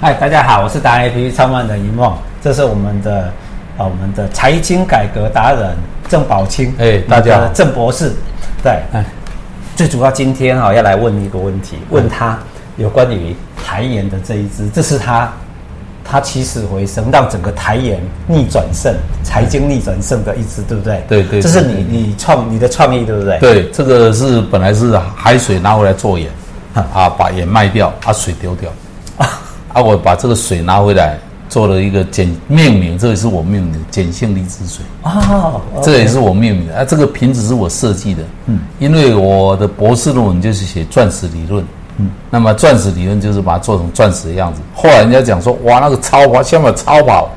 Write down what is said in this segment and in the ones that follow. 嗨，大家好，我是达人 APP 创办人一梦，这是我们的啊、我们的财经改革达人郑宝清，哎大家好我们的郑博士，对，哎，最主要今天哈、要来问一个问题，问他有关于台盐的这一支，这是他他起死回生，让整个台盐逆转胜，财经逆转胜的一支，对不对？对对这是对你你创你的创意，对不对？对，这个是本来是海水拿回来做盐，啊，把盐卖掉，啊，水丢掉， 啊，我把这个水拿回来做了一个碱命名，这也是我命名的碱性离子水，哦，这也是我命名的，啊，这个瓶子是我设计的，嗯，因为我的博士论文就是写钻石理论。嗯，那么钻石理论就是把它做成钻石的样子。后来人家讲说，哇，那个超跑，下面有超跑，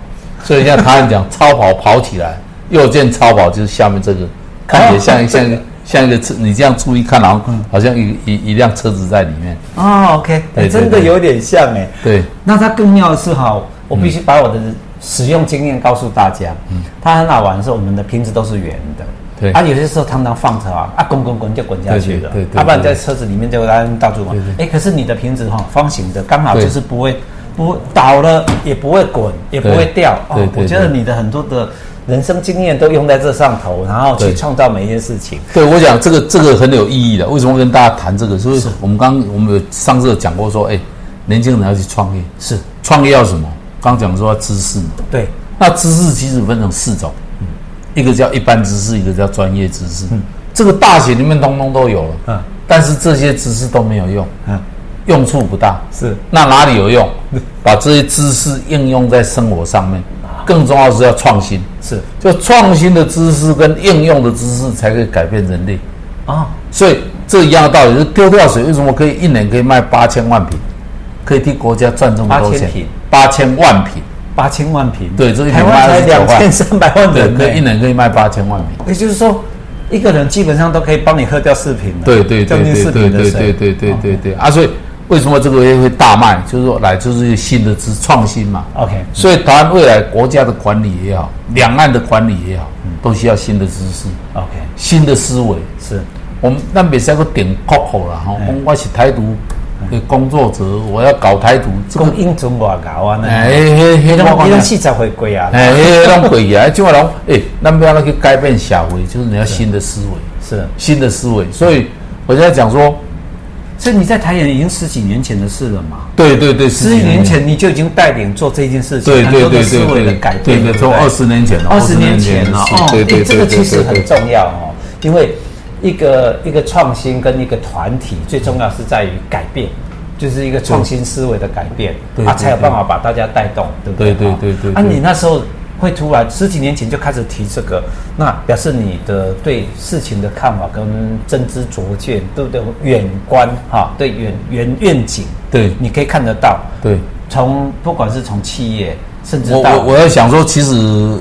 所以人家台湾讲超跑跑起来，右键超跑就是下面这个，看起来 像一像一个像一个车，你这样注意看，然后好像一一一辆车子在里面。哦，OK，哎对对真的对有点像哎。对，那它更妙的是哈，我必须把我的使用经验告诉大家。嗯，它很好玩的是，我们的瓶子都是圆的。对啊，有些时候常常放着啊，啊滚滚滚就滚下去了，对对对对要、不然在车子里面就在那边到处滚对对。哎、可是你的瓶子哈、方形的，刚好对就是不会不会倒了，也不会滚，也不会掉。啊对对对我觉得对你的很多的人生经验都用在这上头，然后去对创造每一件事情。 对，我想这个这个很有意义的。为什么跟大家谈这个？就是我们刚我们有上次有讲过说，哎，年轻人要去创业，是创业要什么？刚讲说要知识嘛，对，那知识其实分成四种，嗯一个叫一般知识，一个叫专业知识。这个大学里面通通都有了，嗯但是这些知识都没有用，嗯，用处不大。是那哪里有用？把这些知识应用在生活上面，啊更重要是要创新。是就创新的知识跟应用的知识才可以改变人类。哦，所以这一样的道理，就是丢掉水为什么可以一年可以卖八千万瓶，可以替国家赚这么多8000钱瓶？八千万瓶，八千万瓶，对这一台瓶湾才29两千三百万对，人呢、可以一年可以卖八千万瓶。也就是说，一个人基本上都可以帮你喝掉四瓶了，对对对将近对四对瓶的对水，对对对对对啊！所以为什么这个月会大卖？就是说来就是一个新的知创新嘛。 OK，所以台湾未来国家的管理也好，两岸的管理也好，都需要新的知识、 OK，新的思维。是我们那别再个顶国好了哈，我我是台独的工作者，我要搞台独，这个讲英中外搞啊，那哎，迄迄你种拢你拢四十回归啊，哎，迄种鬼啊！就话讲，哎，咱不要那个改变社会，就是你要新的思维，是，新的思维。所以我现在讲说，所以你在台演已经十几年前的事了嘛，对对对，十十几年，前你就已经带领做这件事情，对对很多对的思对维对的改变，对对不从对二十年前，哦二十年前了，哦，对对诶对，这个其实很对重要哦，因为一个一个创新跟一个团体最重要是在于改变，就是一个创新思维的改变，对啊，对才有办法把大家带动，对不对？对对对对啊，对你那时候会突然十几年前就开始提这个，那表示你的对事情的看法跟真知灼见，对不对？远观哈，对远远愿景，对你可以看得到，对。从不管是从企业，甚至我到我我要想说，其实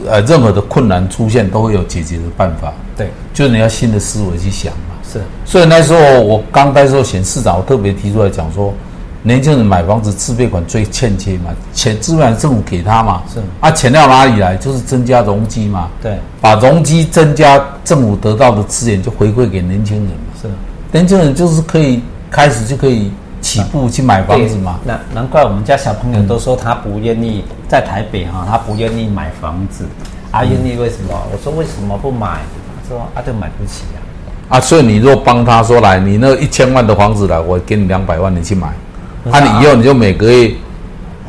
呃，任何的困难出现都会有解决的办法，对就是你要新的思维去想嘛。是所以那时候我刚开始候选市长，我特别提出来讲说，年轻人买房子自备款最欠缺嘛，钱自备款政府给他嘛，是啊，钱到哪里来？就是增加容积嘛，对把容积增加，政府得到的资源就回馈给年轻人嘛，是。年轻人就是可以开始就可以起步去买房子嘛，对难难怪我们家小朋友都说他不愿意在台北哈、他不愿意买房子，啊，嗯愿意为什么？我说为什么不买？他说啊，就买不起啊。啊，所以你若帮他说来，你那一千万的房子来，我给你两百万，你去买，不是啊，啊你以后你就每个月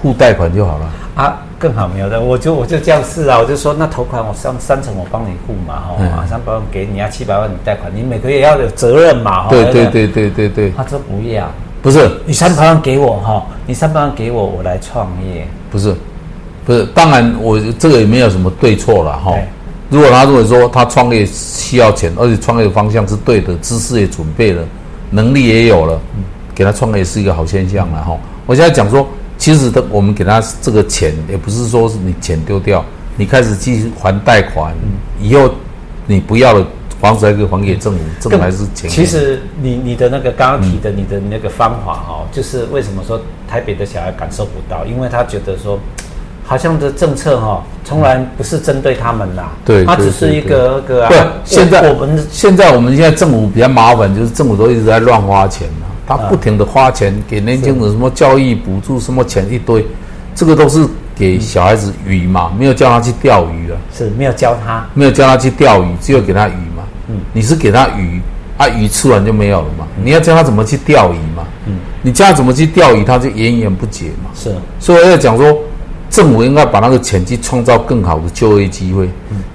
付贷款就好了。啊，更好没有的，我就我就这样试啊，我就说那头款我三三成我帮你付嘛，哈、嗯三百万给你啊，七百万你贷款，你每个月要有责任嘛，哈对对。对对对对，他说不要，不是。你三百万给我哈、你三百万给我，我来创业。不是，不是，当然我这个也没有什么对错了哈对。如果他如果说他创业需要钱，而且创业的方向是对的，知识也准备了，能力也有了，给他创业是一个好现象了哈。我现在讲说，其实他我们给他这个钱，也不是说是你钱丢掉，你开始继续还贷款，嗯以后你不要了，房子还可以还给政府，政府还是钱给你。其实你你的那个刚刚提的你的那个方法哦，就是为什么说台北的小孩感受不到，因为他觉得说，好像这政策哈、哦，从来不是针对他们啦，对他对只是对一个个啊对我现在我们现在我们现在政府比较麻烦，就是政府都一直在乱花钱嘛。啊他不停的花钱给年轻人什么教育补助，什么钱一堆，这个都是给小孩子鱼嘛，嗯没有叫他去钓鱼啊，是没有教他，没有叫他去钓鱼，只有给他鱼嘛。你是给他鱼，啊，鱼吃完就没有了嘛。嗯你要教他怎么去钓鱼嘛。你教他怎么去钓鱼，他就源源不绝嘛。是所以我要讲说，政府应该把那个钱去创造更好的就业机会，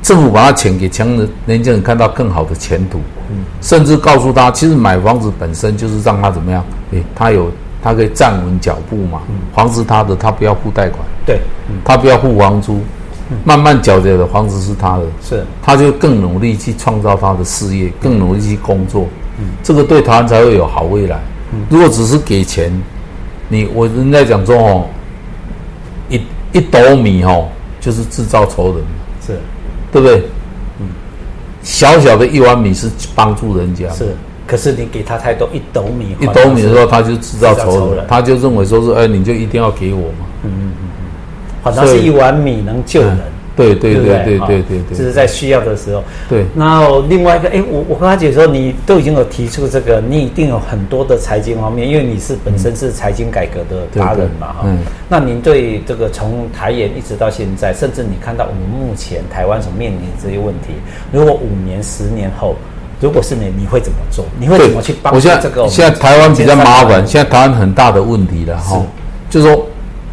政府把那钱给强人年轻人看到更好的前途，甚至告诉他，其实买房子本身就是让他怎么样，诶，他有他可以站稳脚步嘛，房子他的，他不要付贷款，对，他不要付房租，慢慢缴着的房子是他的，是他就更努力去创造他的事业，更努力去工作，这个对台湾才会有好未来。如果只是给钱，你我人家讲说哦，一一斗米哦，就是制造仇人，是对不对？小小的一碗米是帮助人家，是，可是你给他太多一斗米，一斗米的时候他就制造制造仇仇人人，他就认为说是哎，你就一定要给我嘛。好像是一碗米能救人，对对不对对啊哈对对这对是在需要的时候。对然后另外一个，哎，我我跟他姐说，你都已经有提出这个，你一定有很多的财经方面，因为你是本身是财经改革的达人嘛，哈对对嗯。那您对这个从台研一直到现在，甚至你看到我们目前台湾所面临的这些问题，如果五年、十年后，如果是你，你会怎么做？你会怎么去帮我助现在这个我们现在台湾比较麻前烦，三代现在台湾很大的问题了哈，就是说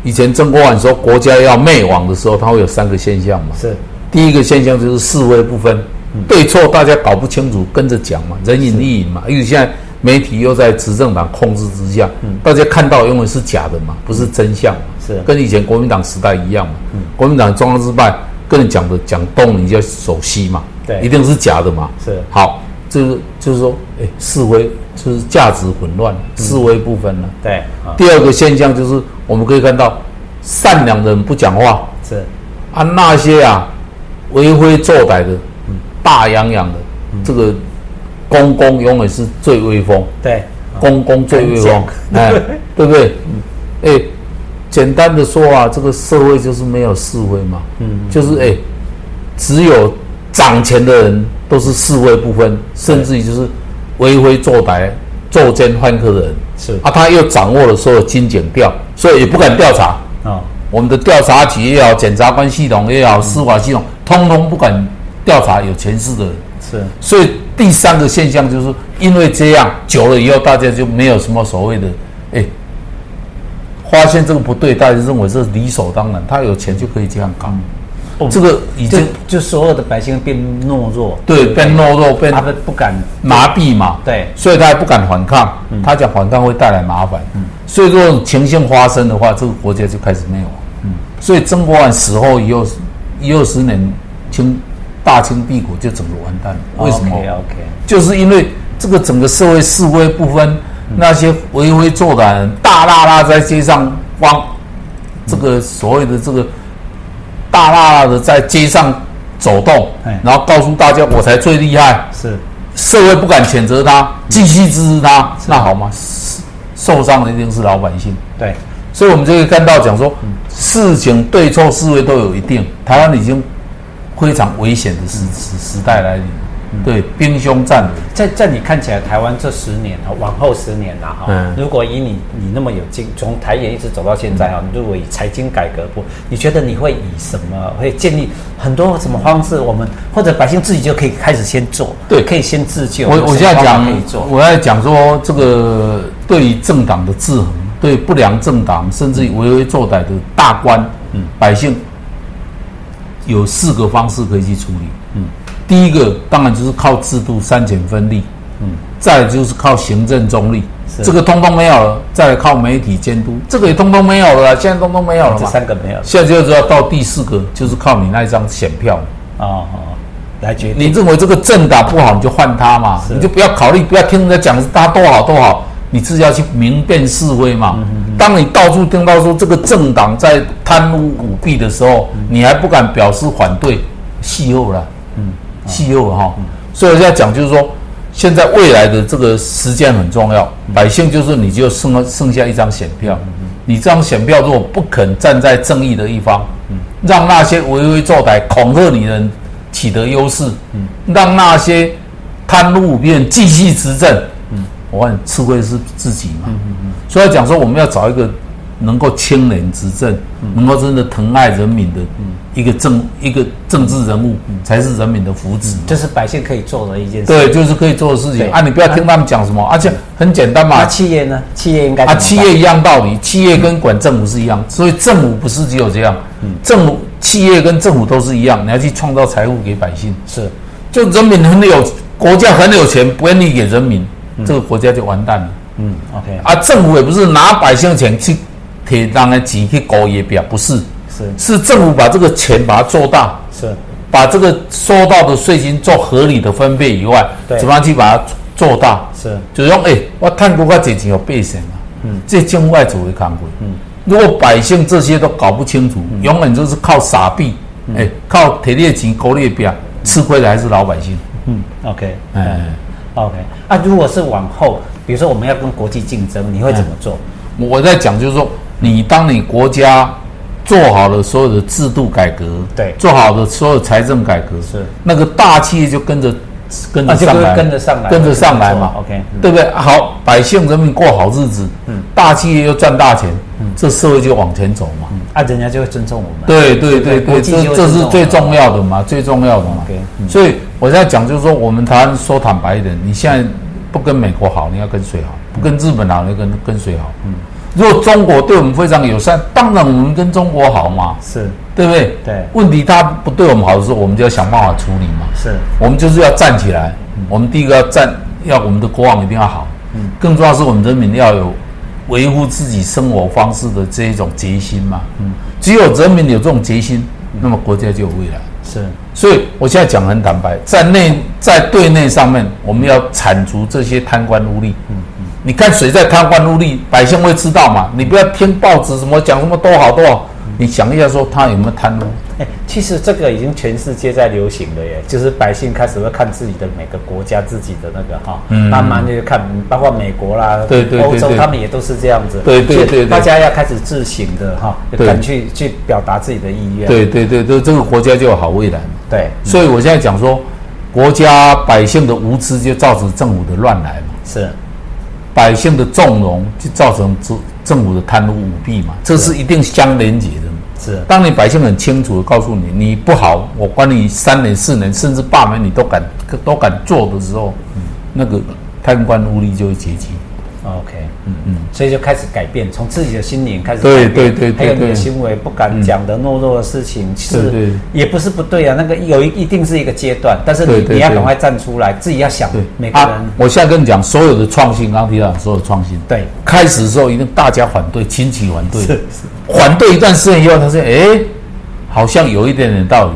以前曾国藩说国家要灭亡的时候，它会有三个现象嘛。是嗯第一个现象就是是非不分，对错大家搞不清楚，跟着讲嘛，人云亦云嘛。因为现在媒体又在执政党控制之下，大家看到永远是假的嘛，不是真相嘛。嗯是嗯跟以前国民党时代一样嘛。国民党中央之败，跟你讲的讲东，你就要守西嘛，对一定是假的嘛。是好，就是就是说，哎，是非就是价值混乱，是非不分了。对啊，第二个现象就是我们可以看到，善良的人不讲话，是啊，那些啊为非作歹的，大洋洋的，这个公公永远是最威风，对啊公公最威风，敢哎讲，对不对？哎，简单的说啊，这个社会就是没有是非嘛，嗯，就是哎，只有掌权的人都是是非不分，甚至于就是为非作歹、作奸犯科的人，是啊，他又掌握了所有精简调，所以也不敢调查，啊我们的调查局也好，检察官系统也好，司法系统，通通不敢调查有权势的人。是所以第三个现象就是，因为这样久了以后，大家就没有什么所谓的，哎，发现这个不对，大家认为这是理所当然，他有钱就可以这样搞。哦这个已就经就所有的百姓变懦弱，对被懦弱、被他们不敢麻痹嘛，对所以他也不敢反抗，他讲反抗会带来麻烦，嗯所以这种情形发生的话，这个国家就开始灭亡。嗯所以曾国藩死后以后，以后十年清大清帝国就整个完蛋了。为什么？ ？OK，就是因为这个整个社会示威不分，那些为非作歹人大拉拉在街上光，这个所谓的这个大拉拉的在街上走动哎，然后告诉大家我才最厉害，是社会不敢谴责他，继续支持他，那好吗？是受伤的一定是老百姓，对，所以我们就可以看到讲说，事情对错是非都有一定。台湾已经非常危险的时时时代来临，对兵凶战危。在在你看起来，台湾这十年哈，往后十年啦哈，嗯如果以你你那么有经，从台研一直走到现在嗯哈，如果以财经改革部，你觉得你会以什么会建立很多什么方式？我们或者百姓自己就可以开始先做，对可以先自救。我我现在有什么方讲法可以，做，我在讲说这个对于政党的制衡，对不良政党甚嗯至于为非作歹的大官，嗯，百姓有四个方式可以去处理。嗯，第一个当然就是靠制度三权分立，嗯，再来就是靠行政中立，是这个通通没有了，再来靠媒体监督，这个也通通没有了啦，现在通通没有了这嘛。三个没有啊现在就是要到第四个，就是靠你那一张选票。哦哦，来决定你认为这个政党不好，你就换他嘛，是你就不要考虑，不要听人家讲他多好多好，你自己要去明辨是非嘛。当你到处听到说这个政党在贪污舞弊的时候，你还不敢表示反对，戏后了，嗯，戏后了哈。所以我现在讲就是说，现在未来的这个时间很重要，百姓就是你就剩了剩下一张选票，你这张选票如果不肯站在正义的一方，让那些为非作歹、恐吓你的人取得优势，让那些贪污舞弊人继续执政，我看吃亏是自己嘛。所以讲说，我们要找一个能够清廉执政、能够真的疼爱人民的一个政一个政治人物，才是人民的福祉。这是百姓可以做的一件事。对，就是可以做的事嗯对嗯情啊！你不要听他们讲什么，而且很简单嘛那。企业呢？企业应该啊，怎么办企业一样道理，企业跟管政府是一样，所以政府不是只有这样，政府企业跟政府都是一样，你要去创造财富给百姓，是就人民很有国家很有钱，不愿意给人民，这个国家就完蛋了。嗯，OK，啊，政府也不是拿百姓的钱去给当然挤去搞也表，不是，是是政府把这个钱把它做大，是把这个收到的税金做合理的分配以外，对怎么样去把它做大？是就是讲，诶，我赚国家这钱有八成啊，嗯，这境外主的工贵，嗯，如果百姓这些都搞不清楚，永远就是靠傻逼，诶，靠铁列钱勾列表，吃亏的还是老百姓，嗯，OK，哎嗯，OK。啊，如果是往后，比如说我们要跟国际竞争，你会怎么做？我在讲就是说，你当你国家做好了所有的制度改革，对做好了所有财政改革，是那个大企业就跟着跟着啊就上来，跟着上来跟着上来嘛没错，OK，嗯对不对？好，百姓人民过好日子，嗯，大企业又赚大钱，嗯，这社会就往前走嘛。啊，人家就会尊重我们。对对对国对，际这就会这是尊重最我们重要的嘛，最重要的嘛啊 OK，。嗯所以我在讲就是说，我们台湾说坦白一点，你现在不跟美国好，你要跟谁好？不跟日本好，你要跟跟谁好？嗯如果中国对我们非常友善，当然我们跟中国好嘛，是对不对？对问题他不对我们好的时候，我们就要想办法处理嘛。是我们就是要站起来。我们第一个要站，要我们的国王一定要好。更重要是我们人民要有维护自己生活方式的这一种决心嘛。只有人民有这种决心，那么国家就有未来。是所以我现在讲很坦白，在内在对内上面，我们要铲除这些贪官污吏。你看谁在贪官污吏，百姓会知道嘛？你不要听报纸什么讲什么多好多好，你想一下说他有没有贪污？哎、其实这个已经全世界在流行了耶，就是百姓开始会看自己的每个国家自己的那个哈，慢慢就看，包括美国啦，嗯对对对欧洲对他们也都是这样子，对对所以对对大家要开始自省的哈，对敢去去表达自己的意愿，对对对，这这个国家就有好未来嘛。对所以我现在讲说，国家百姓的无知就造成政府的乱来嘛，是百姓的纵容就造成政政府的贪污舞弊嘛，这是一定相连结的嘛。是当你百姓很清楚的告诉你，你不好，我管你三年、四年，甚至罢免你都敢都敢做的时候，嗯那个贪官污吏就会结集。 OK，嗯嗯，所以就开始改变，从自己的心灵开始改对变，对对对还有你的对行为不敢讲的懦弱的事情，是对对也不是不对啊，那个有一一定是一个阶段，但是对你对你要对赶快站出来，自己要想对，啊每个人我现在跟你讲，所有的创新，刚刚提到所有的创新，对开始的时候一定大家反对，亲戚反对，是反对一段时间以后，他说：“哎，好像有一点点道理。”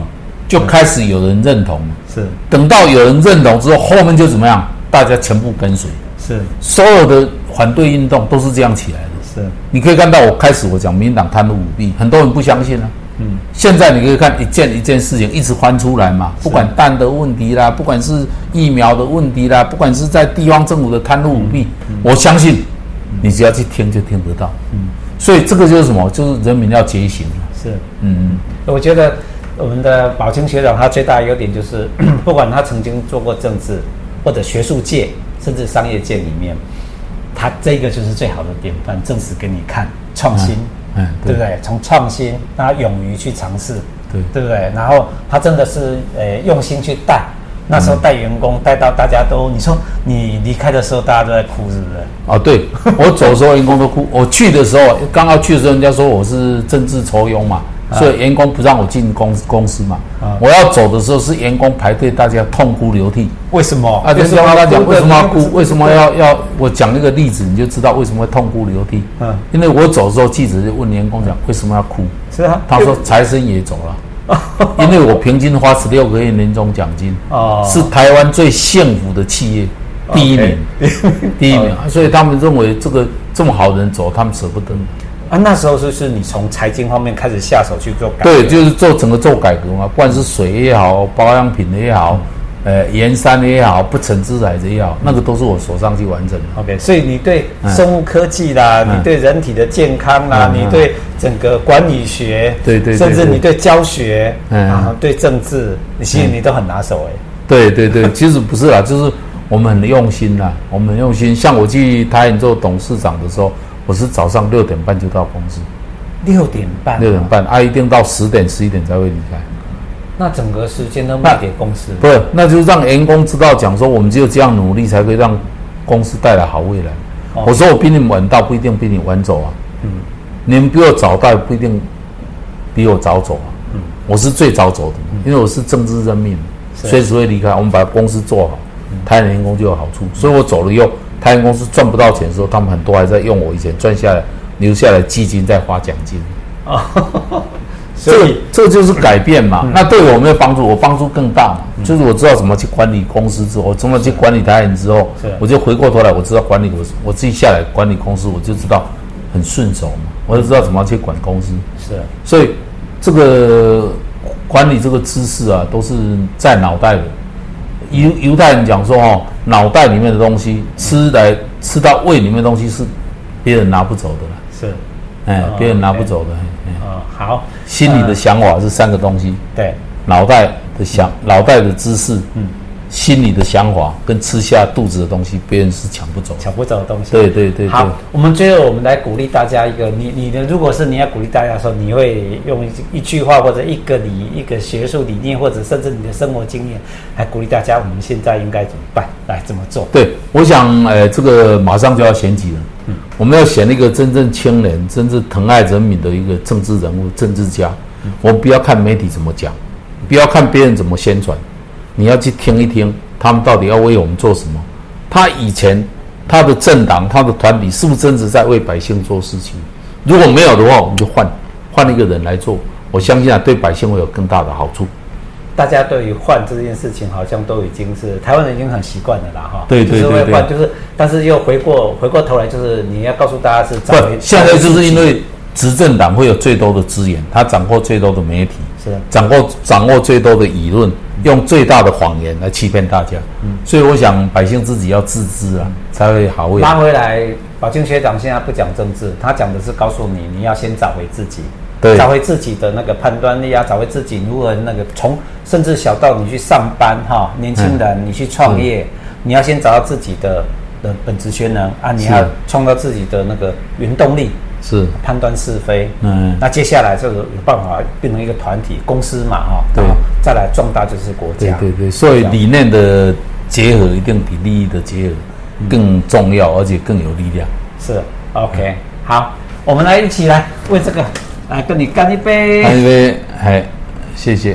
就开始有人认同了。是等到有人认同之后，后面就怎么样？大家全部跟随，是所有的反对运动都是这样起来的。是你可以看到，我开始我讲民进党贪污舞弊，很多人不相信啊。嗯，现在你可以看一件一件事情一直翻出来嘛，不管蛋的问题啦，不管是疫苗的问题啦，不管是在地方政府的贪污舞弊，我相信你只要去听就听得到。嗯，所以这个就是什么？就是人民要觉醒啊。是，嗯，我觉得我们的宝清学长他最大的优点就是， 不管他曾经做过政治或者学术界，甚至商业界里面，他这个就是最好的典范，证实给你看创新，嗯嗯啊哎对对不对？从创新，那勇于去尝试，对对不对？然后他真的是呃用心去带。那时候带员工带到大家都，你说你离开的时候大家都在哭，是不是？哦，对 我走的时候员工都哭，我去的时候刚要去的时候，人家说我是政治仇佣嘛，所以员工不让我进公公司嘛。我要走的时候是员工排队，大家痛哭流涕。为什么？啊，就是为什么跟他要讲哭为的什么你要又不是哭，为什么要要我讲一个例子，你就知道为什么会痛哭流涕。嗯因为我走的时候，记者就问员工讲为什么要哭，是啊？他说财神也走了，因为我平均花十六个月年终奖金，哦是台湾最幸福的企业第一名，第一名，所以他们认为这个这么好的人走，他们舍不得。啊，那时候就是你从财经方面开始下手去做改革，对，就是做整个做改革嘛，不管是水也好，保养品也好，呃，盐山也好，不成之来的也好，那个都是我手上去完成的。 OK，所以你对生物科技啦，嗯你对人体的健康啦，嗯嗯你对整个管理学，对对对甚至对你对教学，嗯啊，对政治，你其实你都很拿手哎、对对对，其实不是啦，就是我们很用心啦，我们很用心。像我去台银做董事长的时候，我是早上六点半就到公司，六点半，六点，半啊，一定到十点十一点才会离开。那整个时间都卖给公司，不是，那就是让员工知道，讲说我们只有这样努力，才可以让公司带来好未来。哦嗯我说我比你们晚到，不一定比你晚走啊。你们比我早到，不一定比我早走啊。嗯我是最早走的，因为我是政治任命，是嗯随时会离开。我们把公司做好，台湾员工就有好处。所以我走了以后，台湾公司赚不到钱的时候，他们很多还在用我以前赚下来留下来基金在发奖金。这所个以这就是改变嘛。嗯那对我有没有帮助？我帮助更大嘛。就是我知道怎么去管理公司之后，我怎么去管理他人之后是，我就回过头来，我知道管理我我自己下来管理公司，我就知道很顺手嘛。我就知道怎么去管公司，是所以这个管理这个知识啊，都是在脑袋里。犹犹太人讲说哦，脑袋里面的东西吃来吃到胃里面的东西是别人拿不走的啦，是哎哦，别人拿不 OK 走的。哎哎啊，好，心里的想法是三个东西，对，脑袋的想，脑袋的知识，嗯，心里的想法跟吃下肚子的东西，别人是抢不走的。抢不走的东西，对对对对好，，我们最后我们来鼓励大家一个，你你的如果是你要鼓励大家的时候，你会用一句一句话或者一个你一个学术理念，或者甚至你的生活经验来鼓励大家，我们现在应该怎么办，来怎么做？对，我想，呃，这个马上就要选举了，嗯，我们要选一个真正清廉、真正疼爱人民的一个政治人物、政治家。我们不要看媒体怎么讲，不要看别人怎么宣传，你要去听一听他们到底要为我们做什么。他以前他的政党、他的团体是不是真实在为百姓做事情？如果没有的话，我们就换换一个人来做。我相信啊，对百姓会有更大的好处。大家对于换这件事情，好像都已经是台湾人已经很习惯了啦，哈。对对就是会对换，就是但是又回过回过头来，就是你要告诉大家是不找回，现在就是因为执政党会有最多的资源，他掌握最多的媒体，是掌握掌握最多的舆论，用最大的谎言来欺骗大家。嗯所以我想百姓自己要自知啊，才会好未来。拉回来，宝庆学长现在不讲政治，他讲的是告诉你，你要先找回自己，对找回自己的那个判断力啊，找回自己如何那个从甚至小到你去上班哈，年轻人嗯你去创业，你要先找到自己的的本职学能啊，你是要创造自己的那个原动力，是，判断是非。嗯，那接下来就是有办法变成一个团体公司嘛哈，对然后再来壮大就是国对家，对对，所以理念的结合一定比利益的结合嗯更重要，而且更有力量。是 OK 好，我们来一起来为这个来跟你干一杯。因为哎，谢谢。